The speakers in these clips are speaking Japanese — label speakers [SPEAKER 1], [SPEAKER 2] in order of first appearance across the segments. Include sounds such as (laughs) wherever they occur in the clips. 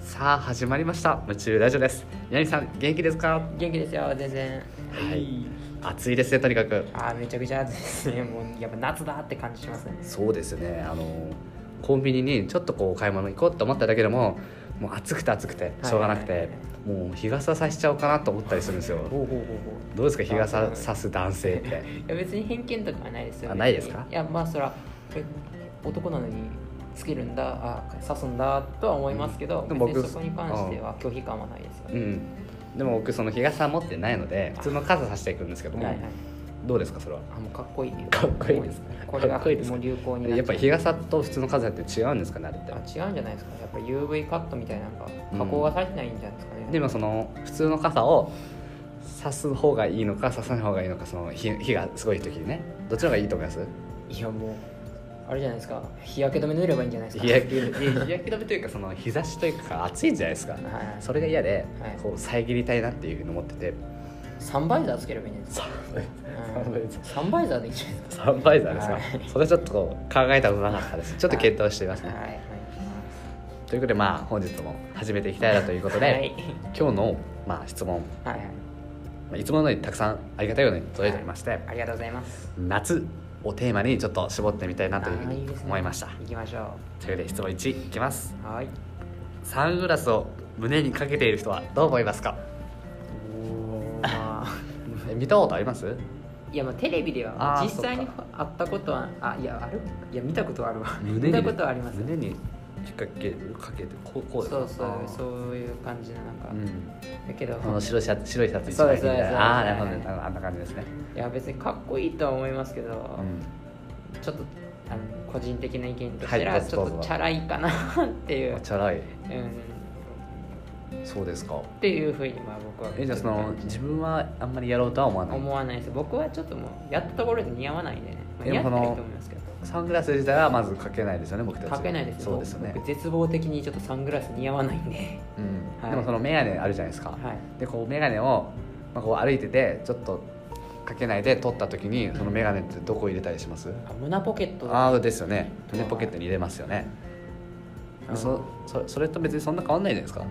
[SPEAKER 1] さあ始まりました夢中ラジオです南さん元気ですか
[SPEAKER 2] 元気ですよ全然
[SPEAKER 1] はい暑いですねとにかく
[SPEAKER 2] あーめちゃくちゃ暑いですねもうやっぱ夏だって感じしますね
[SPEAKER 1] そうですねあのコンビニにちょっとこう買い物行こうと思っただけでももう暑くて暑くてしょうがなくて、
[SPEAKER 2] はいはい
[SPEAKER 1] もう日傘さしちゃおうかなと思ったりするんですよ
[SPEAKER 2] ほうほうほうほ
[SPEAKER 1] どうですか日傘さす男性って
[SPEAKER 2] ういや別に偏見とかはないですよ
[SPEAKER 1] あないですか
[SPEAKER 2] いやまあそらえ男なのにつけるんだあ刺すんだとは思いますけど、
[SPEAKER 1] うんで
[SPEAKER 2] 別
[SPEAKER 1] も
[SPEAKER 2] に
[SPEAKER 1] 僕
[SPEAKER 2] そこに関しては拒否感はないですよ
[SPEAKER 1] う
[SPEAKER 2] ね、
[SPEAKER 1] んでも僕その日傘持ってないので普通の傘さしていくんですけども、
[SPEAKER 2] はいはい
[SPEAKER 1] どうですかそれは
[SPEAKER 2] あもうかっこいい
[SPEAKER 1] かっこいいです
[SPEAKER 2] もうこれが
[SPEAKER 1] かっこいいです
[SPEAKER 2] もう流行になちゃう
[SPEAKER 1] やっぱり日傘と普通の傘って違うんですかねあれって
[SPEAKER 2] あ違うんじゃないですかやっぱ UV カットみたいなのが加工がされてないんじゃないですかね、
[SPEAKER 1] でもその普通の傘を刺す方がいいのか刺さない方がいいのかその火火がすごい時にねどっちの方がいいと思います
[SPEAKER 2] いやもうあれじゃないですか日焼け止め塗ればいいんじゃないですか
[SPEAKER 1] 日焼け日焼け止めというかその日差しというか暑いんじゃないですか
[SPEAKER 2] はいはい
[SPEAKER 1] それが嫌で
[SPEAKER 2] はい
[SPEAKER 1] こう遮りたいなっていうふうに思ってて
[SPEAKER 2] サンバイザーつければいいんじゃないですか
[SPEAKER 1] サンバイザ
[SPEAKER 2] ーサンバイザーでいいんじゃないですか
[SPEAKER 1] サンバイザーですか、
[SPEAKER 2] はい
[SPEAKER 1] それちょっとこう考えたことなかったですちょっと検討してみます
[SPEAKER 2] はい
[SPEAKER 1] ね
[SPEAKER 2] はい
[SPEAKER 1] ということでまあ本日も始めていきたいなということで、
[SPEAKER 2] はい
[SPEAKER 1] 今日のまあ質問
[SPEAKER 2] はいはい
[SPEAKER 1] まあいつものようにたくさんありがたいように届いておりまして、
[SPEAKER 2] ありがとうございます
[SPEAKER 1] 夏をテーマにちょっと絞ってみたいなというふう
[SPEAKER 2] あー
[SPEAKER 1] に
[SPEAKER 2] いですね
[SPEAKER 1] 思いました
[SPEAKER 2] 行きましょ
[SPEAKER 1] ということで質問1いきます
[SPEAKER 2] うはい
[SPEAKER 1] サングラスを胸にかけている人はどう思いますか
[SPEAKER 2] おー
[SPEAKER 1] え見たことあります
[SPEAKER 2] いやまあテレビでは
[SPEAKER 1] あー
[SPEAKER 2] 実際に
[SPEAKER 1] そっ
[SPEAKER 2] 会ったことはあいやあるいや見たことはあるわ
[SPEAKER 1] 胸
[SPEAKER 2] 見
[SPEAKER 1] に
[SPEAKER 2] たことはあります
[SPEAKER 1] 胸にかけかけてこうこうです
[SPEAKER 2] そうそ
[SPEAKER 1] あ
[SPEAKER 2] う
[SPEAKER 1] ー
[SPEAKER 2] そういう感じのなんか
[SPEAKER 1] う、ん
[SPEAKER 2] だけど
[SPEAKER 1] この白いシャツ白いシャツ
[SPEAKER 2] そう
[SPEAKER 1] 枚
[SPEAKER 2] ですそうです
[SPEAKER 1] 着てああなるほ
[SPEAKER 2] そう
[SPEAKER 1] ど
[SPEAKER 2] です
[SPEAKER 1] ねああんな感じですね、
[SPEAKER 2] いや別にかっこいいとは思いますけど、
[SPEAKER 1] う
[SPEAKER 2] ちょっとあの個人的な意見とした
[SPEAKER 1] は
[SPEAKER 2] ら
[SPEAKER 1] い
[SPEAKER 2] ちょ
[SPEAKER 1] ど
[SPEAKER 2] っ
[SPEAKER 1] う
[SPEAKER 2] と
[SPEAKER 1] ぞ
[SPEAKER 2] チャラいかなってい
[SPEAKER 1] ん、お
[SPEAKER 2] う、
[SPEAKER 1] ちゃらい
[SPEAKER 2] うん、っ
[SPEAKER 1] そうですか
[SPEAKER 2] ていうふうにまあ僕は
[SPEAKER 1] えじゃあその自分はあんまりやろうとは思わない
[SPEAKER 2] 思わないです僕はちょっともうやったところで似合わないんでね、まあ、
[SPEAKER 1] で
[SPEAKER 2] 似合
[SPEAKER 1] も
[SPEAKER 2] っ
[SPEAKER 1] そ
[SPEAKER 2] て
[SPEAKER 1] の
[SPEAKER 2] ると思いますけど
[SPEAKER 1] サングラス自体はまずかけないですよね僕たち
[SPEAKER 2] かけないですよ
[SPEAKER 1] そうですよね
[SPEAKER 2] 僕、絶望的にちょっとサングラス似合わないんで
[SPEAKER 1] うん
[SPEAKER 2] はい
[SPEAKER 1] でもその眼 (laughs) 鏡あるじゃないですか、
[SPEAKER 2] はい
[SPEAKER 1] でこう眼鏡を、まあ、こう歩いててちょっとかけないで取った時にその眼鏡ってどこ入れたりします
[SPEAKER 2] あ胸ポケット
[SPEAKER 1] ああですよね胸ポケットに入れますよね
[SPEAKER 2] うん
[SPEAKER 1] そそそれと別にそんな変わんないじゃないですか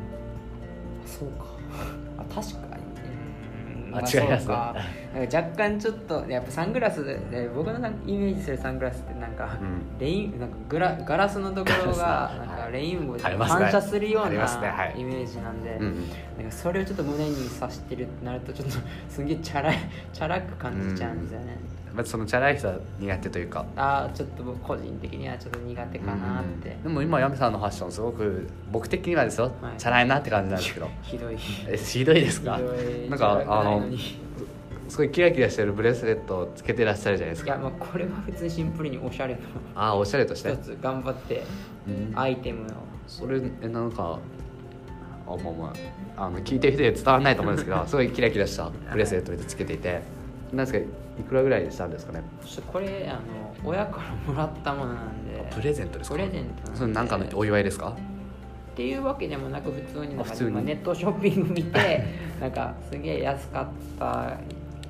[SPEAKER 2] そうかあ確かにうん
[SPEAKER 1] あ違います
[SPEAKER 2] そうかなんか若干ちょっとやっぱサングラスでで僕のなんイメージするサングラスってなんか、
[SPEAKER 1] うん
[SPEAKER 2] レインなんかグラガラスのところ
[SPEAKER 1] ガラス
[SPEAKER 2] が
[SPEAKER 1] の
[SPEAKER 2] なん
[SPEAKER 1] は
[SPEAKER 2] か
[SPEAKER 1] い
[SPEAKER 2] レインボ
[SPEAKER 1] あ
[SPEAKER 2] ー
[SPEAKER 1] り
[SPEAKER 2] で
[SPEAKER 1] ますね
[SPEAKER 2] 反射するような
[SPEAKER 1] ありますねはい
[SPEAKER 2] イメージなんで、
[SPEAKER 1] うんうん
[SPEAKER 2] なんかそれをちょっと胸に刺してるってなるとちょっとすんげえチャラい (laughs) チャラく感じちゃうんですよね、
[SPEAKER 1] まあそのチャラい人は苦手というか
[SPEAKER 2] ああちょっと僕個人的にはちょっと苦手かなって、
[SPEAKER 1] うんでも今ヤミさんのファッションすごく僕的にはですよ、
[SPEAKER 2] はい
[SPEAKER 1] チャラいなって感じなんですけど
[SPEAKER 2] ひどいひ
[SPEAKER 1] えひどいですか
[SPEAKER 2] どい
[SPEAKER 1] なん
[SPEAKER 2] チャ
[SPEAKER 1] か
[SPEAKER 2] ラく
[SPEAKER 1] あ
[SPEAKER 2] な
[SPEAKER 1] の
[SPEAKER 2] いのに
[SPEAKER 1] すごいキラキラしてるブレスレットをつけてらっしゃるじゃないです
[SPEAKER 2] い
[SPEAKER 1] か
[SPEAKER 2] やまあこれは別にシンプルにおしゃれの
[SPEAKER 1] ああおしゃれとして
[SPEAKER 2] 一つ頑張って
[SPEAKER 1] うん
[SPEAKER 2] アイテムを
[SPEAKER 1] それえなんかあまあまああの聞いてる人には伝わらないと思うんです
[SPEAKER 2] (laughs)
[SPEAKER 1] けどすごいキラキラしたブレスレットをつけていてなんですかいくらぐらいでしたんですかね
[SPEAKER 2] ちょっとこれあの親からもらったものなんで
[SPEAKER 1] プレゼントですか
[SPEAKER 2] プレゼントなんで
[SPEAKER 1] それなんかのお祝いですか
[SPEAKER 2] っていうわけでもなく普通になん
[SPEAKER 1] あ
[SPEAKER 2] か
[SPEAKER 1] 普通に
[SPEAKER 2] まあネットショッピング見
[SPEAKER 1] (laughs)
[SPEAKER 2] てなんかすげえ安かった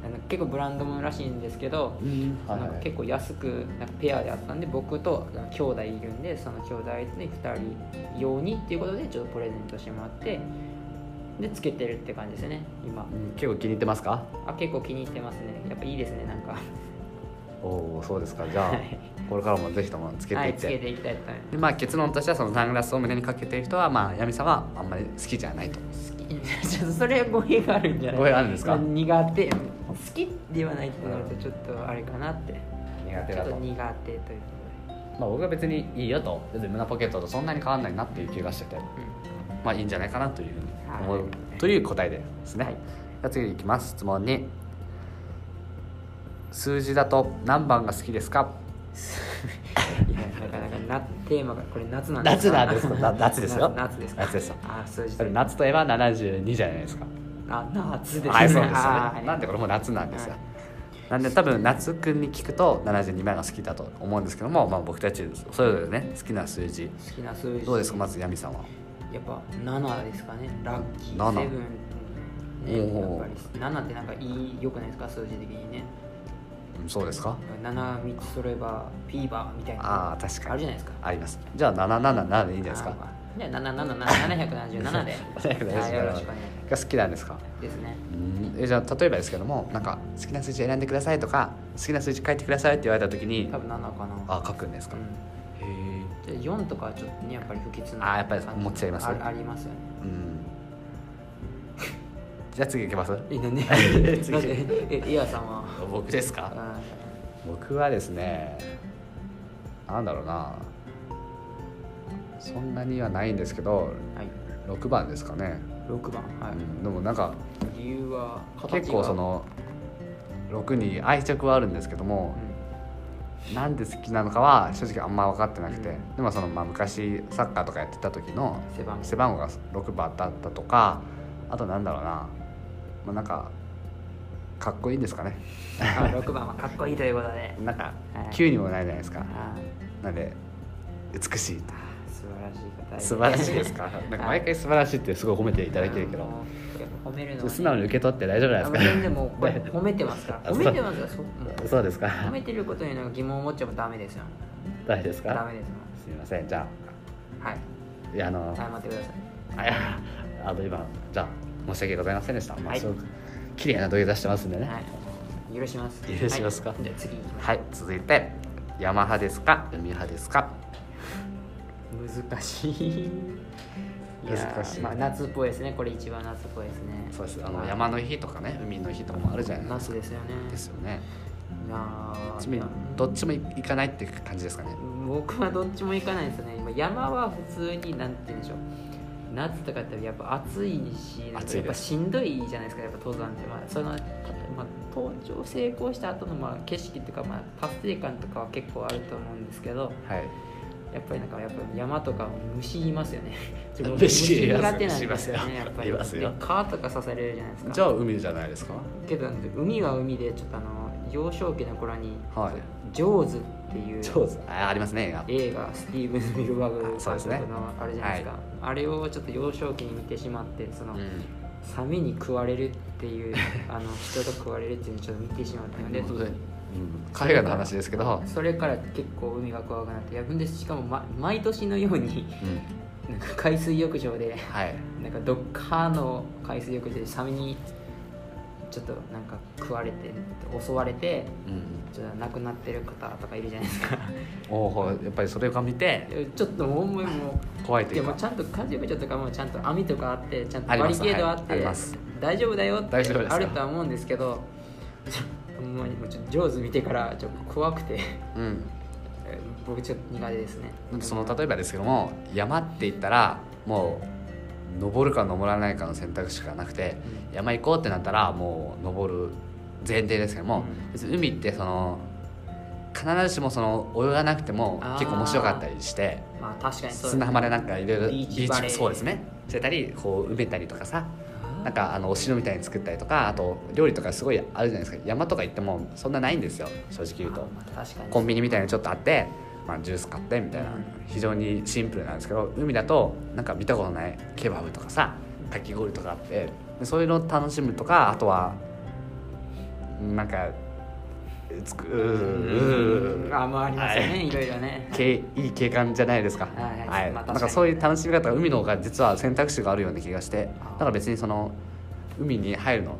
[SPEAKER 2] あの結構ブランドものらしいんですけど、
[SPEAKER 1] ん
[SPEAKER 2] なんか結構安くなんかペアであったんで僕とあの兄弟いるんでその兄弟で2人用にっていうことでちょっとプレゼントしてもらってでつけてるって感じですね今
[SPEAKER 1] うん結構気に入ってますか
[SPEAKER 2] あ結構気に入ってますねやっぱいいですねなんか
[SPEAKER 1] おおそうですかじゃあ、
[SPEAKER 2] はい
[SPEAKER 1] これからもぜひともつけ
[SPEAKER 2] は
[SPEAKER 1] ていっ
[SPEAKER 2] いつ
[SPEAKER 1] て,、
[SPEAKER 2] けていきたいと思います
[SPEAKER 1] でまあ、結論としてはそのサングラスを胸にかけている人はまあ闇さんはあんまり好きじゃないと
[SPEAKER 2] (laughs) ちょっとそれ語弊があるんじゃない
[SPEAKER 1] 語弊あるんですか
[SPEAKER 2] 苦手好きではないってなるとちょっとあれかなって
[SPEAKER 1] 苦
[SPEAKER 2] ちょっと苦手という
[SPEAKER 1] まあ、僕は別にいいよと別に胸ポケットとそんなに変わんないなっていう気がしてて
[SPEAKER 2] ことで、
[SPEAKER 1] まあいいんじゃないかなというふうに思う、
[SPEAKER 2] はい
[SPEAKER 1] という答えですね、
[SPEAKER 2] はい
[SPEAKER 1] じゃあ次いきます質問に数字だと何番が好きですか
[SPEAKER 2] うん、いやなかなかなテーマがこれ夏なんです
[SPEAKER 1] 夏なんです
[SPEAKER 2] (laughs)
[SPEAKER 1] な夏ですよ
[SPEAKER 2] 夏夏ですか
[SPEAKER 1] 夏ですよ
[SPEAKER 2] あ数字
[SPEAKER 1] それ夏といえば72じゃないですか
[SPEAKER 2] あ夏ですね
[SPEAKER 1] はいそうですよね
[SPEAKER 2] あー
[SPEAKER 1] なんでこれもう夏なんですよ、
[SPEAKER 2] はい
[SPEAKER 1] なんで多分夏くんに聞くと72番が好きだと思うんですけども、まあ、僕たちそれぞれね好きな数字
[SPEAKER 2] 好きな数字
[SPEAKER 1] どうですかまずヤミさんは
[SPEAKER 2] やっぱ7ですかねラッキー
[SPEAKER 1] 7
[SPEAKER 2] セブンねや
[SPEAKER 1] お
[SPEAKER 2] っ
[SPEAKER 1] ー
[SPEAKER 2] ぱり7ってなんかいい良くないですか数字的にね
[SPEAKER 1] うんそうですか
[SPEAKER 2] 73つ揃えばフィーバーみたいな
[SPEAKER 1] ああ確かに
[SPEAKER 2] あるじゃないですか
[SPEAKER 1] ありますじゃあ777でいいんじゃないですか
[SPEAKER 2] あじゃあ77777で
[SPEAKER 1] 777
[SPEAKER 2] はいよろしくお願いし
[SPEAKER 1] が好きなんですか
[SPEAKER 2] ますですね
[SPEAKER 1] うんえじゃあ例えばですけどもなんか好きな数字選んでくださいとか好きな数字書いてくださいって言われた時に
[SPEAKER 2] 多分7かな
[SPEAKER 1] あ書くんですか、へ
[SPEAKER 2] うん、で4とかはちょっとねやっぱり不吉な
[SPEAKER 1] あーやっぱり
[SPEAKER 2] 感じ
[SPEAKER 1] 持っちゃいます
[SPEAKER 2] あありますよね
[SPEAKER 1] えうんじゃあ次行きます
[SPEAKER 2] えなんで
[SPEAKER 1] 次
[SPEAKER 2] なんでえイヤさんは
[SPEAKER 1] 僕ですか
[SPEAKER 2] あ
[SPEAKER 1] 僕はですねなんだろうなそんなにはないんですけど
[SPEAKER 2] ーはい
[SPEAKER 1] 6番ですかね、
[SPEAKER 2] 6番は
[SPEAKER 1] う
[SPEAKER 2] い、
[SPEAKER 1] ん、でもなんか
[SPEAKER 2] 理由は形が
[SPEAKER 1] 結構そ、の6に愛着はあるんですけど
[SPEAKER 2] う
[SPEAKER 1] も
[SPEAKER 2] ん
[SPEAKER 1] なんで好きなのかは正直あんま分かってなくてでもそのまあ昔サッカーとかやってた時の
[SPEAKER 2] 背番号
[SPEAKER 1] 背番号が6番だったとかあとなんだろうなまあなんかかっこいいんですかね
[SPEAKER 2] あ6番はかっこいいということで
[SPEAKER 1] なんか
[SPEAKER 2] はい
[SPEAKER 1] 9にもないじゃないですか
[SPEAKER 2] あー
[SPEAKER 1] なんで美しい
[SPEAKER 2] 素晴らしい方
[SPEAKER 1] 素晴らしいですかな
[SPEAKER 2] (laughs)
[SPEAKER 1] んか毎回素晴らしいってすごい褒めていただけるけ
[SPEAKER 2] あ
[SPEAKER 1] ど
[SPEAKER 2] のやっぱ褒めるのは、
[SPEAKER 1] 素直に受け取って大丈夫
[SPEAKER 2] あ
[SPEAKER 1] なん
[SPEAKER 2] の
[SPEAKER 1] ですか
[SPEAKER 2] 全然もうこれ褒めてますから
[SPEAKER 1] あ
[SPEAKER 2] 褒めてますからそも
[SPEAKER 1] (laughs)
[SPEAKER 2] う
[SPEAKER 1] そうですか
[SPEAKER 2] 褒めてることになんか疑問を持っちゃもダメですよ
[SPEAKER 1] 大丈夫です
[SPEAKER 2] ダ
[SPEAKER 1] か
[SPEAKER 2] メですよ
[SPEAKER 1] すみませんじゃ
[SPEAKER 2] はい
[SPEAKER 1] あいやあの
[SPEAKER 2] 謝ってください
[SPEAKER 1] あい (laughs) やあの今じゃあ申し訳ございませんでした、まあ
[SPEAKER 2] はい
[SPEAKER 1] すごく綺麗な土下座してますんでねは、
[SPEAKER 2] はいい許します
[SPEAKER 1] 許しますか
[SPEAKER 2] はいじゃあ次行きま
[SPEAKER 1] 続いて山派ですか海派ですか
[SPEAKER 2] す難しいや
[SPEAKER 1] (laughs)
[SPEAKER 2] ー
[SPEAKER 1] 難しい
[SPEAKER 2] まあ、夏っぽいですねこれ一番夏っぽいですね
[SPEAKER 1] そうですあ
[SPEAKER 2] は
[SPEAKER 1] の
[SPEAKER 2] い
[SPEAKER 1] 山の日とかね海の日とかもあるじゃないです
[SPEAKER 2] 夏ですよね
[SPEAKER 1] かですよね
[SPEAKER 2] いやー
[SPEAKER 1] ちなみにどっちも行かないって感じですかね
[SPEAKER 2] 僕はどっちも行かないですよね今山は普通になんて言うんでしょう夏とかってやっぱ暑いしなんか
[SPEAKER 1] 暑いです
[SPEAKER 2] やっぱしんどいじゃないですかやっぱ登山って、まあ、その、まあ、登頂成功した後のまあ景色とか、まあ、達成感とかは結構あると思うんですけど
[SPEAKER 1] はい
[SPEAKER 2] やっぱりなんかやっぱ山とか虫います
[SPEAKER 1] (laughs)
[SPEAKER 2] よねちょっと
[SPEAKER 1] 虫います
[SPEAKER 2] 苦手なんですよねやっぱり
[SPEAKER 1] いますよ
[SPEAKER 2] で川とか刺されるじゃないですか
[SPEAKER 1] じゃあ海じゃないですか
[SPEAKER 2] けど海は海でちょっとあの幼少期の頃に
[SPEAKER 1] はい
[SPEAKER 2] 「ジョーズ」っていう
[SPEAKER 1] あありますね映画
[SPEAKER 2] 映画スティーブン・スピルバーグ監
[SPEAKER 1] そうです
[SPEAKER 2] 督
[SPEAKER 1] ね
[SPEAKER 2] のあれじゃないですかあれをちょっと幼少期に見てしまってその、
[SPEAKER 1] うん
[SPEAKER 2] サメに食われるっ
[SPEAKER 1] (laughs)
[SPEAKER 2] ていうあの人が食われるっていうのをちょっと見てしまったので
[SPEAKER 1] 海外の話ですけど、
[SPEAKER 2] それから結構海が怖くなってやぶんでしかも、ま、毎年のように (laughs)
[SPEAKER 1] うん、
[SPEAKER 2] なんか海水浴場で
[SPEAKER 1] はい
[SPEAKER 2] なんかどっかの海水浴場でサメにちょっとなんか食われて襲われて
[SPEAKER 1] うん
[SPEAKER 2] ちょっと亡くなってる方とかいるじゃないですか
[SPEAKER 1] (laughs) おおやっぱりそれが見て
[SPEAKER 2] ちょっとほんまにもう
[SPEAKER 1] 怖いとい
[SPEAKER 2] で
[SPEAKER 1] う
[SPEAKER 2] も
[SPEAKER 1] か
[SPEAKER 2] ちゃんと家事部長とかもちゃんと網とかあってちゃんと
[SPEAKER 1] あり
[SPEAKER 2] バ
[SPEAKER 1] ま
[SPEAKER 2] リ
[SPEAKER 1] す
[SPEAKER 2] ケードあっ
[SPEAKER 1] はいあ
[SPEAKER 2] て
[SPEAKER 1] ります
[SPEAKER 2] 大丈夫だよって
[SPEAKER 1] 大丈夫ですよ
[SPEAKER 2] あるとは思うんですけどちょほんまにもうちょっと上手見てからちょっと怖くて (laughs)
[SPEAKER 1] うん
[SPEAKER 2] 僕ちょっと苦手ですね
[SPEAKER 1] なんかその例えばですけども山って言ったらもう登るか登らないかの選択しかなくて山行こうってなったらもう登る前提ですけども、
[SPEAKER 2] うん
[SPEAKER 1] 別に海ってその必ずしもその泳がなくても
[SPEAKER 2] あー
[SPEAKER 1] 結構面白かったりして
[SPEAKER 2] まあ確かにそうです
[SPEAKER 1] 砂浜でなんかいろいろ
[SPEAKER 2] ビーチバレー
[SPEAKER 1] そうですねしてたりこう埋めたりとかさ
[SPEAKER 2] あー
[SPEAKER 1] なんかあのお城みたいに作ったりとかあと料理とかすごいあるじゃないですか山とか行ってもそんなないんですよ正直言うと
[SPEAKER 2] まあ確かに
[SPEAKER 1] コンビニみたいなのちょっとあって、まあ、ジュース買ってみたいな
[SPEAKER 2] うん
[SPEAKER 1] 非常にシンプルなんですけど海だとなんか見たことないケバブとかさかき氷とかあってでそういうのを楽しむとかあとはなんかつくうーうー
[SPEAKER 2] あまあありますよ
[SPEAKER 1] は
[SPEAKER 2] ねいろいろね
[SPEAKER 1] けいい景観じゃないですか、
[SPEAKER 2] はいはいまあ確か
[SPEAKER 1] なん
[SPEAKER 2] に
[SPEAKER 1] かそういう楽しみ方は海の方が実は選択肢があるような気がして
[SPEAKER 2] あー
[SPEAKER 1] だから別にその海に入るの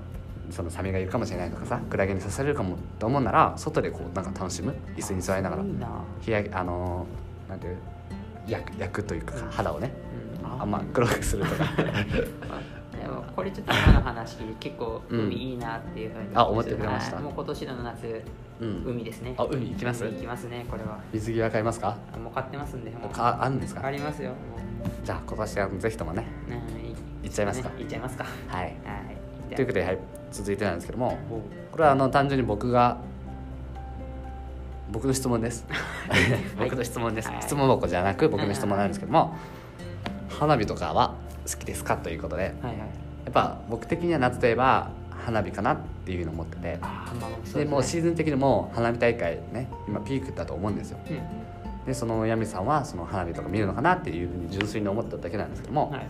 [SPEAKER 1] そのサメがいるかもしれないとかさクラゲに刺されるかもと思うなら外でこうなんか楽しむ椅子に座りながら
[SPEAKER 2] いいな
[SPEAKER 1] 日焼けあのーなんていう焼く焼くというかさ肌をね
[SPEAKER 2] うん
[SPEAKER 1] あんま黒くする
[SPEAKER 2] (laughs)
[SPEAKER 1] とか
[SPEAKER 2] でもこれちょっと今の話聞いて結構
[SPEAKER 1] うん
[SPEAKER 2] 海いいなっていうふうに、
[SPEAKER 1] あ思ってくれました
[SPEAKER 2] はいもう今年の夏、
[SPEAKER 1] うん
[SPEAKER 2] 海ですね
[SPEAKER 1] あ海行きます
[SPEAKER 2] 行きますねこれは
[SPEAKER 1] 水着は買いますか
[SPEAKER 2] あもう買ってますんでもう
[SPEAKER 1] かあるんです
[SPEAKER 2] あ
[SPEAKER 1] か
[SPEAKER 2] りますよも
[SPEAKER 1] じゃあ今年はぜひともね
[SPEAKER 2] う、うんい
[SPEAKER 1] 行っちゃいますか
[SPEAKER 2] ね行っちゃいますか
[SPEAKER 1] はい
[SPEAKER 2] はい
[SPEAKER 1] ということで、はい、続いてなんですけどもこれはあの単純に僕が僕の質問です (laughs) 僕の質問です、
[SPEAKER 2] はい
[SPEAKER 1] 質問箱じゃなく僕の質問なんですけども花火とかは好きですかということでや
[SPEAKER 2] はいはい
[SPEAKER 1] っぱ僕的には夏といえば花火かなっていうのを思ってて
[SPEAKER 2] あーまあ
[SPEAKER 1] でもうシ
[SPEAKER 2] ね
[SPEAKER 1] ーズン的にもう花火大会ね今ピークだと思うんですよ
[SPEAKER 2] うん
[SPEAKER 1] でそのヤミさんはその花火とか見るのかなっていうふうに純粋に思っただけなんですけども、
[SPEAKER 2] はい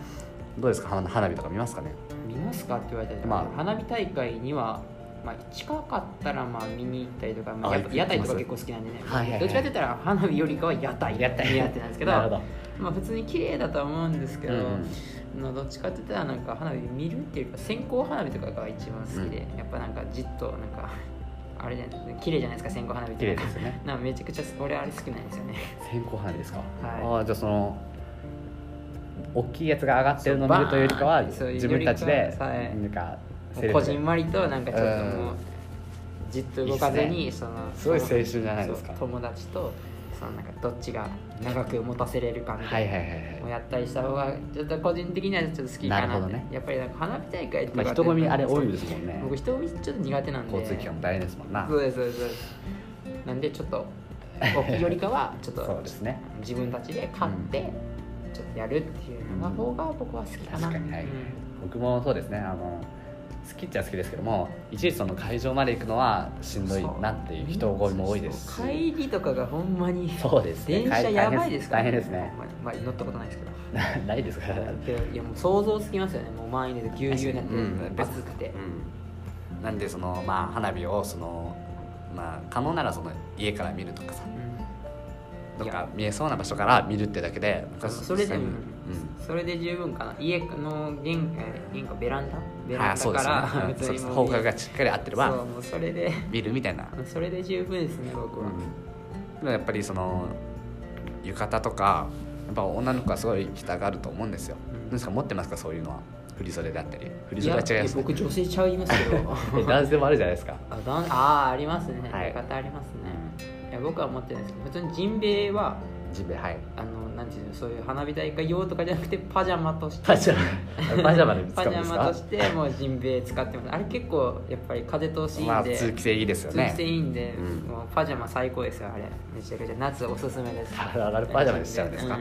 [SPEAKER 1] どうですか花花火とか見ますかね
[SPEAKER 2] 見ますかって言われたら、
[SPEAKER 1] ま
[SPEAKER 2] ま
[SPEAKER 1] あ
[SPEAKER 2] あ、花火大会には、まあ、近かったらまあ見に行ったりとか、まあ、
[SPEAKER 1] あ
[SPEAKER 2] やっぱ
[SPEAKER 1] 行き
[SPEAKER 2] 屋台とか
[SPEAKER 1] 行
[SPEAKER 2] 結
[SPEAKER 1] きま
[SPEAKER 2] 構好きなんでね、
[SPEAKER 1] はいはいはい
[SPEAKER 2] どっちかって言ったら花火よりかは屋台
[SPEAKER 1] 屋台
[SPEAKER 2] 苦手なんですけど
[SPEAKER 1] なるほど
[SPEAKER 2] まあ別に綺麗だとは思うんですけど、
[SPEAKER 1] うんうん
[SPEAKER 2] のどっちかって言ったらなんか花火見るっていうか線香花火とかが一番好きで、やっぱなんかじっとなんか (laughs) あれじゃない綺麗じゃないですか線香花火っ
[SPEAKER 1] 綺
[SPEAKER 2] て
[SPEAKER 1] 麗
[SPEAKER 2] な
[SPEAKER 1] で
[SPEAKER 2] んか
[SPEAKER 1] すよ
[SPEAKER 2] (laughs)
[SPEAKER 1] ね
[SPEAKER 2] なんかめちゃくちゃ俺あれ好きなんです
[SPEAKER 1] (laughs)
[SPEAKER 2] よね
[SPEAKER 1] 線香花火ですか、
[SPEAKER 2] は
[SPEAKER 1] ああじゃあその大きいやつが上がってるのを見るというよりかは
[SPEAKER 2] そうバーンそういう
[SPEAKER 1] 自分たちで
[SPEAKER 2] はい
[SPEAKER 1] なんかセレブ
[SPEAKER 2] こじんまりとなんかちょっとも
[SPEAKER 1] う
[SPEAKER 2] うんじっと動かずにその
[SPEAKER 1] すごい青春じゃないですか
[SPEAKER 2] そう友達とそのなんかどっちが長く持たせれるかみた
[SPEAKER 1] はいい
[SPEAKER 2] な
[SPEAKER 1] はいはい
[SPEAKER 2] も
[SPEAKER 1] は
[SPEAKER 2] やったりした方がちょっと個人的にはちょっと好きか
[SPEAKER 1] な
[SPEAKER 2] な
[SPEAKER 1] るほど
[SPEAKER 2] って
[SPEAKER 1] ね
[SPEAKER 2] やっぱりなんか花火大会
[SPEAKER 1] い、
[SPEAKER 2] とか
[SPEAKER 1] ま
[SPEAKER 2] って
[SPEAKER 1] あ、人混みあれ多いですもんね
[SPEAKER 2] 僕人混みちょっと苦手なんで
[SPEAKER 1] 交通機関も大変ですもんな
[SPEAKER 2] そうですそうですそうですなんでちょっと僕よりかはちょっ
[SPEAKER 1] そう
[SPEAKER 2] と
[SPEAKER 1] ですね
[SPEAKER 2] 自分たちで買ってちょっとやるっていうの方が僕は好きかな
[SPEAKER 1] 確かにはい
[SPEAKER 2] うん
[SPEAKER 1] 僕もそうですねあの好きっちゃ好きですけどもいちいちその会場まで行くのはしんどいなっていう人混みも多いですし
[SPEAKER 2] 帰りとかがほんまに
[SPEAKER 1] そうですね
[SPEAKER 2] 電車やばいですから、
[SPEAKER 1] 大変です
[SPEAKER 2] (laughs)
[SPEAKER 1] ね
[SPEAKER 2] まあまあ乗ったことないですけど
[SPEAKER 1] ないですから
[SPEAKER 2] だっていやもう想像つきますよねもう満員でぎゅうぎゅうになってる
[SPEAKER 1] うん
[SPEAKER 2] 暑くて、
[SPEAKER 1] うん、なんでその、まあ、花火をその、まあ、可能ならその家から見るとかさどっか見えそうな場所から見るってだけで僕
[SPEAKER 2] う
[SPEAKER 1] は
[SPEAKER 2] ん、それで
[SPEAKER 1] う
[SPEAKER 2] も、
[SPEAKER 1] ん
[SPEAKER 2] それで十分かな家の玄関玄関ベランダベ
[SPEAKER 1] あ
[SPEAKER 2] ラ
[SPEAKER 1] あ
[SPEAKER 2] ン
[SPEAKER 1] そ
[SPEAKER 2] ダ
[SPEAKER 1] うで
[SPEAKER 2] か
[SPEAKER 1] す
[SPEAKER 2] ら、 (laughs)
[SPEAKER 1] ねうんそうです
[SPEAKER 2] も
[SPEAKER 1] 方
[SPEAKER 2] う
[SPEAKER 1] 角がしっかり合ってれ
[SPEAKER 2] そう
[SPEAKER 1] ば
[SPEAKER 2] もうそれで (laughs)
[SPEAKER 1] 見るみたいな、
[SPEAKER 2] それで十分ですね僕は、
[SPEAKER 1] でもやっぱりその浴衣とかやっぱ女の子はすごい着たがると思うんですよ、
[SPEAKER 2] うん
[SPEAKER 1] なんですか持ってますかそういうのは振袖であったり振
[SPEAKER 2] いや
[SPEAKER 1] 袖は違いますね
[SPEAKER 2] 僕女性ちゃいますけ
[SPEAKER 1] (laughs)
[SPEAKER 2] ど
[SPEAKER 1] え男性もあるじゃないですか、
[SPEAKER 2] あだんあーありますね
[SPEAKER 1] はい
[SPEAKER 2] 浴衣ありますね、いや僕は持ってないですけど普通にジンベエは
[SPEAKER 1] ジンベエはい
[SPEAKER 2] あのなんていうのそういう花火大会用とかじゃなくてパジャマとして
[SPEAKER 1] パジャマパジャ
[SPEAKER 2] (laughs)
[SPEAKER 1] マで使う
[SPEAKER 2] パジ
[SPEAKER 1] んで
[SPEAKER 2] ャ
[SPEAKER 1] す
[SPEAKER 2] マ
[SPEAKER 1] か
[SPEAKER 2] としてもうジンベエ使ってますあれ結構やっぱり風通しいいんで、
[SPEAKER 1] まあ通気性いいですよね
[SPEAKER 2] 通気性いいんで、
[SPEAKER 1] うん
[SPEAKER 2] もうパジャマ最高ですよあれめちゃくちゃ夏おすすめです
[SPEAKER 1] あらあれパジャマにしちゃうんですか、あ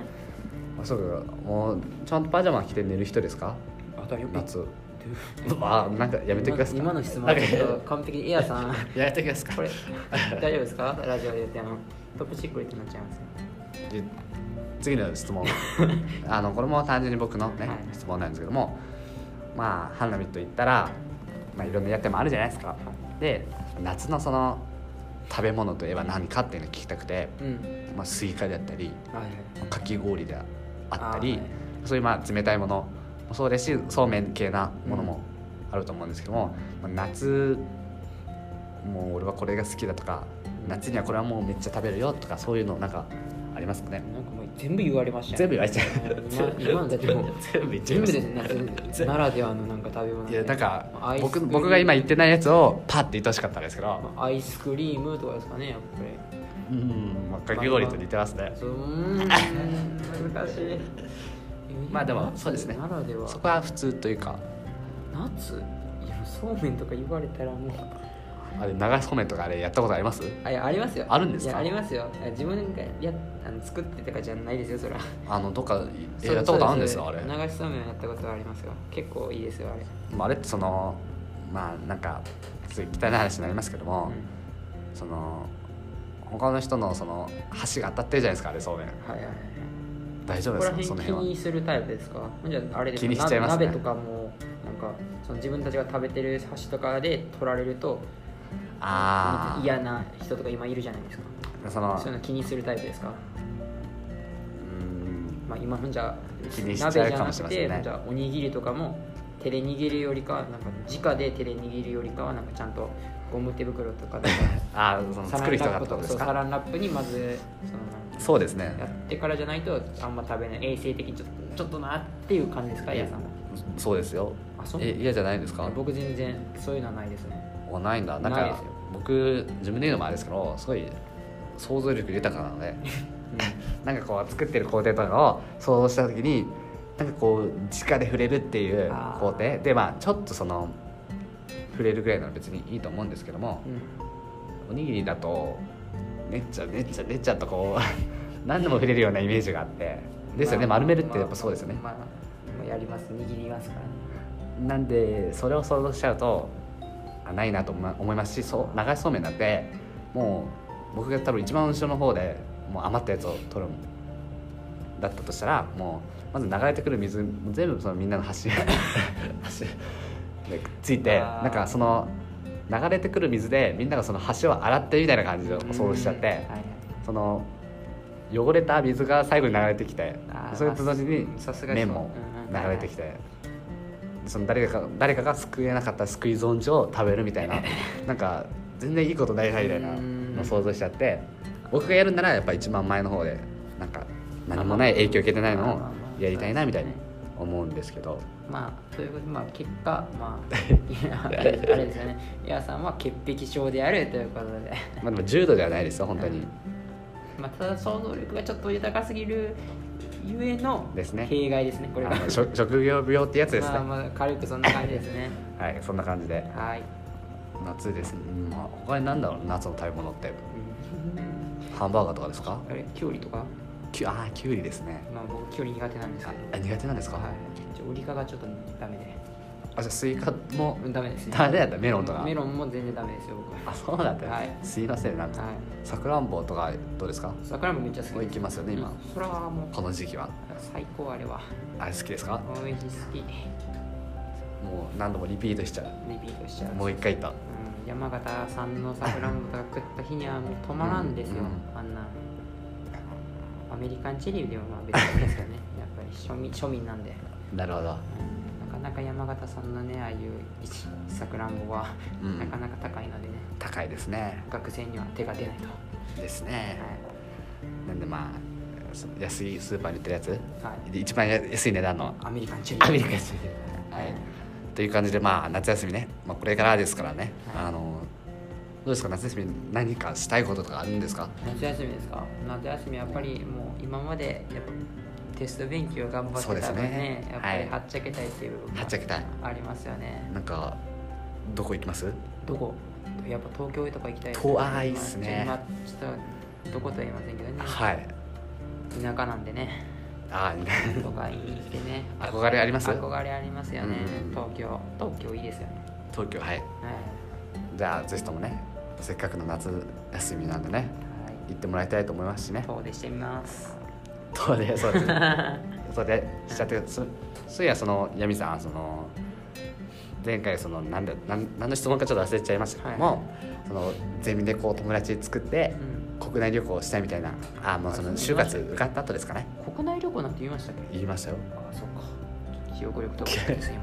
[SPEAKER 1] そうかもうちゃんとパジャマ着て寝る人ですか
[SPEAKER 2] あだよ
[SPEAKER 1] 夏あなんかやめてください
[SPEAKER 2] 今の質問
[SPEAKER 1] な
[SPEAKER 2] は
[SPEAKER 1] んか
[SPEAKER 2] ちょっと完璧にエアさん
[SPEAKER 1] (laughs) やめてください
[SPEAKER 2] これ大丈夫ですかラジオで言ってあのトップシークレットになっちゃいますよ
[SPEAKER 1] で次の質
[SPEAKER 2] (laughs)
[SPEAKER 1] 問あのこれも単純に僕のね、
[SPEAKER 2] はい
[SPEAKER 1] 質問なんですけどもまあ花火といったら、まあ、いろんなやってもあるじゃないですかで夏のその食べ物といえば何かっていうのを聞きたくて、
[SPEAKER 2] うん
[SPEAKER 1] まあ、スイカであったり
[SPEAKER 2] はいはい
[SPEAKER 1] かき氷であった
[SPEAKER 2] あ
[SPEAKER 1] り
[SPEAKER 2] ーはい
[SPEAKER 1] そういうまあ冷たいものもそうですしそうめん系なものもあると思うんですけども、まあ夏もう俺はこれが好きだとか夏にはこれはもうめっちゃ食べるよとかそういうのなんかありますかね
[SPEAKER 2] なんかもう全部言われました
[SPEAKER 1] (laughs)
[SPEAKER 2] ね
[SPEAKER 1] 全部言われちゃう (laughs)
[SPEAKER 2] 今今のだってもう
[SPEAKER 1] 全部言っちゃい
[SPEAKER 2] 全
[SPEAKER 1] ま
[SPEAKER 2] 部
[SPEAKER 1] し
[SPEAKER 2] で
[SPEAKER 1] た
[SPEAKER 2] すね夏ならではのなんか食べ物
[SPEAKER 1] いやなんか
[SPEAKER 2] アイス
[SPEAKER 1] 僕
[SPEAKER 2] クリーム
[SPEAKER 1] 僕が今言ってないやつをパッて言ってほしかったんですけど
[SPEAKER 2] アイスクリームとかですかねやっぱり
[SPEAKER 1] うん、まあ、かき氷と似てますね
[SPEAKER 2] そううーん (laughs) 難しい
[SPEAKER 1] まあでもそうですね
[SPEAKER 2] ならでは
[SPEAKER 1] そこは普通というか
[SPEAKER 2] 夏いやそうめんとか言われたらもう
[SPEAKER 1] あれ長そうめんとかあれやったことあります
[SPEAKER 2] あいやありますよ
[SPEAKER 1] あるんですか
[SPEAKER 2] いやありますよいや自分がやあの作ってとかじゃないですよそれは
[SPEAKER 1] あのどっかえ
[SPEAKER 2] そう
[SPEAKER 1] やったことあるんですよ
[SPEAKER 2] そ
[SPEAKER 1] あ
[SPEAKER 2] う
[SPEAKER 1] れ
[SPEAKER 2] 流しそうめんはやったことはありますよ結構いいですよあれ
[SPEAKER 1] まあ、あれってそのまあなんかすごい汚い話になりますけども、
[SPEAKER 2] うん
[SPEAKER 1] その他の人のその箸が当たってるじゃないですかあれそうめん
[SPEAKER 2] はいはいはい
[SPEAKER 1] 大丈夫
[SPEAKER 2] こ
[SPEAKER 1] で
[SPEAKER 2] こ
[SPEAKER 1] す
[SPEAKER 2] ら
[SPEAKER 1] かその
[SPEAKER 2] 辺気
[SPEAKER 1] 辺は
[SPEAKER 2] にするタイプですかじゃああれですか
[SPEAKER 1] 気にしちゃいますね
[SPEAKER 2] な鍋とかもなんかその自分たちが食べてる箸とかで取られると
[SPEAKER 1] あ
[SPEAKER 2] 嫌な人とか今いるじゃないですか
[SPEAKER 1] あその
[SPEAKER 2] そういうの気にするタイプですか、
[SPEAKER 1] うん
[SPEAKER 2] まあ、今ほんじゃ
[SPEAKER 1] 気にしちゃう
[SPEAKER 2] 鍋じ
[SPEAKER 1] か
[SPEAKER 2] ゃな
[SPEAKER 1] もしれ
[SPEAKER 2] く
[SPEAKER 1] ませ
[SPEAKER 2] て
[SPEAKER 1] んね
[SPEAKER 2] ほんじゃおにぎりとかも手で握るよりかなんか直で手で握るよりかはなんかちゃんとゴム手袋と
[SPEAKER 1] (laughs)
[SPEAKER 2] かなんか
[SPEAKER 1] ああその作る人がって
[SPEAKER 2] サ
[SPEAKER 1] こと
[SPEAKER 2] ランラップか
[SPEAKER 1] で
[SPEAKER 2] そ
[SPEAKER 1] す
[SPEAKER 2] うサ
[SPEAKER 1] か
[SPEAKER 2] ランラップにまずそのなんか
[SPEAKER 1] そうですね
[SPEAKER 2] やってからじゃないとあんま食べない衛生的にちょっとちょっとなっていう感じですか皆さんも
[SPEAKER 1] そうですよ
[SPEAKER 2] あそう
[SPEAKER 1] え嫌じゃないですか
[SPEAKER 2] 僕全然そういうのはないですね
[SPEAKER 1] はないんだなん
[SPEAKER 2] ないで
[SPEAKER 1] か
[SPEAKER 2] すよ
[SPEAKER 1] 僕自分で言うのもあれですけどすごい想像力豊かなの
[SPEAKER 2] (laughs)
[SPEAKER 1] でなんかこう作ってる工程とかを想像した時になんかこう直で触れるっていう
[SPEAKER 2] あー
[SPEAKER 1] 工程でまあちょっとその触れるぐらいなら別にいいと思うんですけども
[SPEAKER 2] うん、
[SPEAKER 1] おにぎりだとねっちゃねっちゃねっちゃとこう (laughs) 何でも触れるようなイメージがあって (laughs) ですよね
[SPEAKER 2] まあ
[SPEAKER 1] 丸めるってやっぱそうですよね
[SPEAKER 2] まあまあまあやります握りますからね
[SPEAKER 1] なんでそれを想像しちゃうとあないなと思い思いますしそう流しそうめんなんてもう僕が多分一番後ろの方でもう余ったやつを取るだったとしたらもうまず流れてくる水全部そのみんなの (laughs) 端端でついて
[SPEAKER 2] あー
[SPEAKER 1] なんかその流れてくる水でみんながその橋を洗ってるみたいな感じを想像しちゃって
[SPEAKER 2] うんはいはい
[SPEAKER 1] その汚れた水が最後に流れてきて
[SPEAKER 2] あー
[SPEAKER 1] それと同時に
[SPEAKER 2] さすがにそう
[SPEAKER 1] 麺も
[SPEAKER 2] うんうん
[SPEAKER 1] 流れてきてその誰かが誰かが救えなかった救い損じを食べるみたい
[SPEAKER 2] (laughs)
[SPEAKER 1] ななんか全然いいことないなみたいな
[SPEAKER 2] うん
[SPEAKER 1] のを想像しちゃって僕がやるんならやっぱ一番前の方でなんか何もない影響受けてないのをやりたいなみたいに思うんですけど
[SPEAKER 2] まあということでまあ結果まあい
[SPEAKER 1] (laughs)
[SPEAKER 2] やあれですよねイヤさんは潔癖症であるということで (laughs)
[SPEAKER 1] まあでも重度ではないですよ本当に
[SPEAKER 2] まあただ想像力がちょっと豊かすぎるゆえの
[SPEAKER 1] ですね
[SPEAKER 2] 弊害ですねこれが
[SPEAKER 1] あの職職業病ってやつですね
[SPEAKER 2] まあまあ軽くそんな感じですね
[SPEAKER 1] はいそんな感じで
[SPEAKER 2] はい、
[SPEAKER 1] 夏ですねうんまあ他に何だろう夏の食べ物って
[SPEAKER 2] うん
[SPEAKER 1] ハンバーガーとかですか
[SPEAKER 2] あれキュウリとか
[SPEAKER 1] きゅあーきゅうりですね
[SPEAKER 2] まあ僕キュウリ苦手なんですけど
[SPEAKER 1] あ苦手なんですか、
[SPEAKER 2] はいちょウリ科がちょっとダメで
[SPEAKER 1] あじゃあスイカも
[SPEAKER 2] うんダメですね
[SPEAKER 1] ダメだったメロンとか
[SPEAKER 2] メロンも全然ダメですよ僕
[SPEAKER 1] あそうだった、
[SPEAKER 2] はい
[SPEAKER 1] すいませんなんか
[SPEAKER 2] はい
[SPEAKER 1] さくらんぼとかどうですか
[SPEAKER 2] 桜もめっちゃ好き
[SPEAKER 1] もう行きますよね今
[SPEAKER 2] うんそれはもう
[SPEAKER 1] この時期は
[SPEAKER 2] 最高あれは
[SPEAKER 1] あれ好きですか
[SPEAKER 2] 美味し好きリ
[SPEAKER 1] もう何度もリピートしちゃう
[SPEAKER 2] ピートしちゃう
[SPEAKER 1] もう一回行った
[SPEAKER 2] うん山形産のさくらんぼとか食った日にはもう止まらんですよ、
[SPEAKER 1] うんう
[SPEAKER 2] あんなアメリカンチェリーでもまあ別にですよ
[SPEAKER 1] (laughs)
[SPEAKER 2] ねやっぱり庶民庶民なんで、
[SPEAKER 1] なるほど
[SPEAKER 2] うんなかなか山形産のねああいう一さくらんぼは
[SPEAKER 1] うん
[SPEAKER 2] なかなか高いのでね、
[SPEAKER 1] 高いですね
[SPEAKER 2] 学生には手が出ないと、は
[SPEAKER 1] ですねなんでまあその安いスーパーに売ってるやつ
[SPEAKER 2] いはい、
[SPEAKER 1] で一番安い値段の
[SPEAKER 2] アメリカンチェリー
[SPEAKER 1] アメリカ人はいという感じでまあ夏休みね、まあ、これからですからね、
[SPEAKER 2] はい
[SPEAKER 1] あのどうですか夏休み何かしたいこととかあるんですか
[SPEAKER 2] 夏休みですか夏休みやっぱりもう今までやっぱテスト勉強頑張
[SPEAKER 1] そう
[SPEAKER 2] って
[SPEAKER 1] で
[SPEAKER 2] た
[SPEAKER 1] す
[SPEAKER 2] 分ね
[SPEAKER 1] ね
[SPEAKER 2] やっぱ
[SPEAKER 1] は
[SPEAKER 2] り
[SPEAKER 1] い
[SPEAKER 2] はっちゃけたいっていう部分が
[SPEAKER 1] はっちゃけたい
[SPEAKER 2] ありますよね
[SPEAKER 1] なんかどこ行きます
[SPEAKER 2] どこやっぱ東京とか行きたいです
[SPEAKER 1] 遠いっすね
[SPEAKER 2] まあちょっと今ちょっとどことは言いませんけどね
[SPEAKER 1] はい
[SPEAKER 2] 田舎なんでね
[SPEAKER 1] あー
[SPEAKER 2] 都会に行ってね
[SPEAKER 1] (laughs) 憧れあります
[SPEAKER 2] 憧れありますよね
[SPEAKER 1] うん
[SPEAKER 2] 東京東京いいですよね
[SPEAKER 1] 東京はい
[SPEAKER 2] はい
[SPEAKER 1] じゃあぜひともねせっかくの夏休みなんでね
[SPEAKER 2] はい
[SPEAKER 1] 行ってもらいたいと思いますしね
[SPEAKER 2] 遠出してみます
[SPEAKER 1] そうでそうですそうでしちゃってそそういやそのヤミさんその前回そのなんだなん何の質問かちょっと忘れちゃいましたけども、
[SPEAKER 2] はい
[SPEAKER 1] そのゼミでこう友達作って
[SPEAKER 2] うん
[SPEAKER 1] 国内旅行したいみたいなあもうその就活受かった後ですかね
[SPEAKER 2] 国内旅行なんて言いましたっけ
[SPEAKER 1] 言いましたよ
[SPEAKER 2] ああそうかちょっと記憶力と
[SPEAKER 1] (laughs)
[SPEAKER 2] かすいません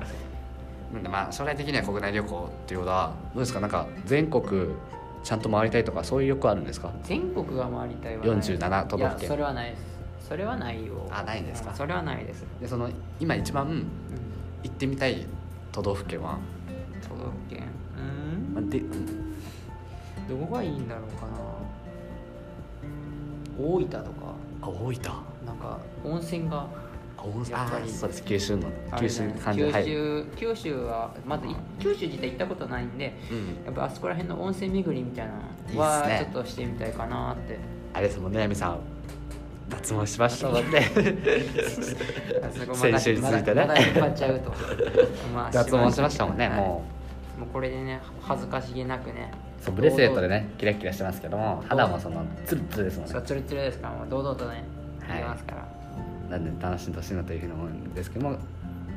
[SPEAKER 1] なんでまあ将来的には国内旅行っていうことはどうですかなんか全国ちゃんと回りたいとかそういう欲あるんですか
[SPEAKER 2] 全国が回りたいはない
[SPEAKER 1] 47都道府
[SPEAKER 2] いや
[SPEAKER 1] 県
[SPEAKER 2] それはないですそれはないよ
[SPEAKER 1] あないですか
[SPEAKER 2] それはないです、
[SPEAKER 1] でその今一番
[SPEAKER 2] うん、
[SPEAKER 1] 行ってみたい都道府県は、
[SPEAKER 2] 都道府県う
[SPEAKER 1] まあ
[SPEAKER 2] ーん
[SPEAKER 1] で
[SPEAKER 2] どこがいいんだろうかな大分とか
[SPEAKER 1] あ大分
[SPEAKER 2] なんか温泉が
[SPEAKER 1] あ大分
[SPEAKER 2] やっぱ
[SPEAKER 1] あ
[SPEAKER 2] り
[SPEAKER 1] そうです九州の
[SPEAKER 2] あ
[SPEAKER 1] 九
[SPEAKER 2] れじゃ
[SPEAKER 1] 州
[SPEAKER 2] ない
[SPEAKER 1] の感じで
[SPEAKER 2] 九
[SPEAKER 1] はい、
[SPEAKER 2] 州,、九州はまずい九州自体行ったことないんで
[SPEAKER 1] うん、
[SPEAKER 2] やっぱあそこら辺の温泉巡りみたいなの
[SPEAKER 1] いいっ
[SPEAKER 2] は
[SPEAKER 1] す
[SPEAKER 2] ち
[SPEAKER 1] ね
[SPEAKER 2] ょっとしてみたいかなって
[SPEAKER 1] あれですもんねやみさん脱毛しましたもんね (laughs)
[SPEAKER 2] あそこまだ
[SPEAKER 1] (laughs) 先週に続いてね
[SPEAKER 2] まだまだ引っ張っちゃうとまあ
[SPEAKER 1] 脱毛しましたもんね、
[SPEAKER 2] はい
[SPEAKER 1] も
[SPEAKER 2] もうこれでね恥ずかしげなくね
[SPEAKER 1] うそうブレスレットでねキラキラしてますけども肌もそのツルツルですもん
[SPEAKER 2] そう
[SPEAKER 1] ね
[SPEAKER 2] ツルツルですからもう堂々とね
[SPEAKER 1] はい
[SPEAKER 2] 言いますか
[SPEAKER 1] な
[SPEAKER 2] ら、
[SPEAKER 1] んで楽しんでほしいなというふうに思うんですけども、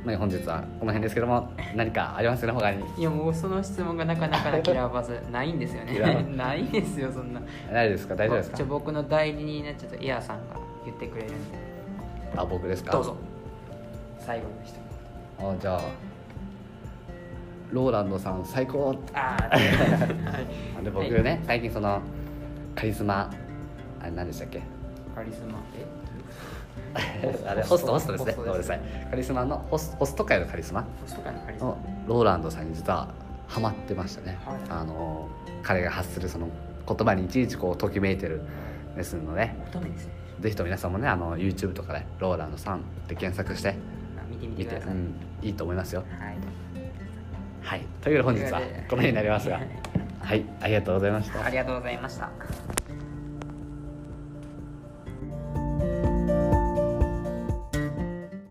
[SPEAKER 1] まあ、本日はこの辺ですけども何かありますかね他に
[SPEAKER 2] い、やもうその質問がなかなかなキラーバズないんですよ
[SPEAKER 1] キラーバ
[SPEAKER 2] ね (laughs) ないですよそんな
[SPEAKER 1] ないですか大丈夫です
[SPEAKER 2] じゃ
[SPEAKER 1] か
[SPEAKER 2] あ僕の代理人ねちょっとイヤーさんが言ってくれるんで
[SPEAKER 1] あ僕ですか
[SPEAKER 2] どうぞ最後の人
[SPEAKER 1] あじゃあローランドさん最高 (laughs)
[SPEAKER 2] ああはい
[SPEAKER 1] で僕ね、最近そのカリスマあれ何でしたっけ
[SPEAKER 2] カリスマえ
[SPEAKER 1] あれホストホストですね
[SPEAKER 2] ホ
[SPEAKER 1] ごめん
[SPEAKER 2] ストで
[SPEAKER 1] な
[SPEAKER 2] す
[SPEAKER 1] さいカリスマのホスホスト界のカリスマ
[SPEAKER 2] ホストかのカリスマ
[SPEAKER 1] のローランドさんに実はハマってましたね、
[SPEAKER 2] はい
[SPEAKER 1] あの彼が発するその言葉にいちいちこうときめいてるですので
[SPEAKER 2] 乙女ですね
[SPEAKER 1] ぜひとも皆さんもねあの YouTube とかで、ローランドさんって検索して
[SPEAKER 2] まあ見てみて
[SPEAKER 1] 見
[SPEAKER 2] く
[SPEAKER 1] て、
[SPEAKER 2] だ
[SPEAKER 1] う
[SPEAKER 2] さい、
[SPEAKER 1] ん、いいと思いますよ
[SPEAKER 2] はい (laughs)
[SPEAKER 1] はいということで本日はこの辺になりますがはいありがとうございました
[SPEAKER 2] ありがとうございました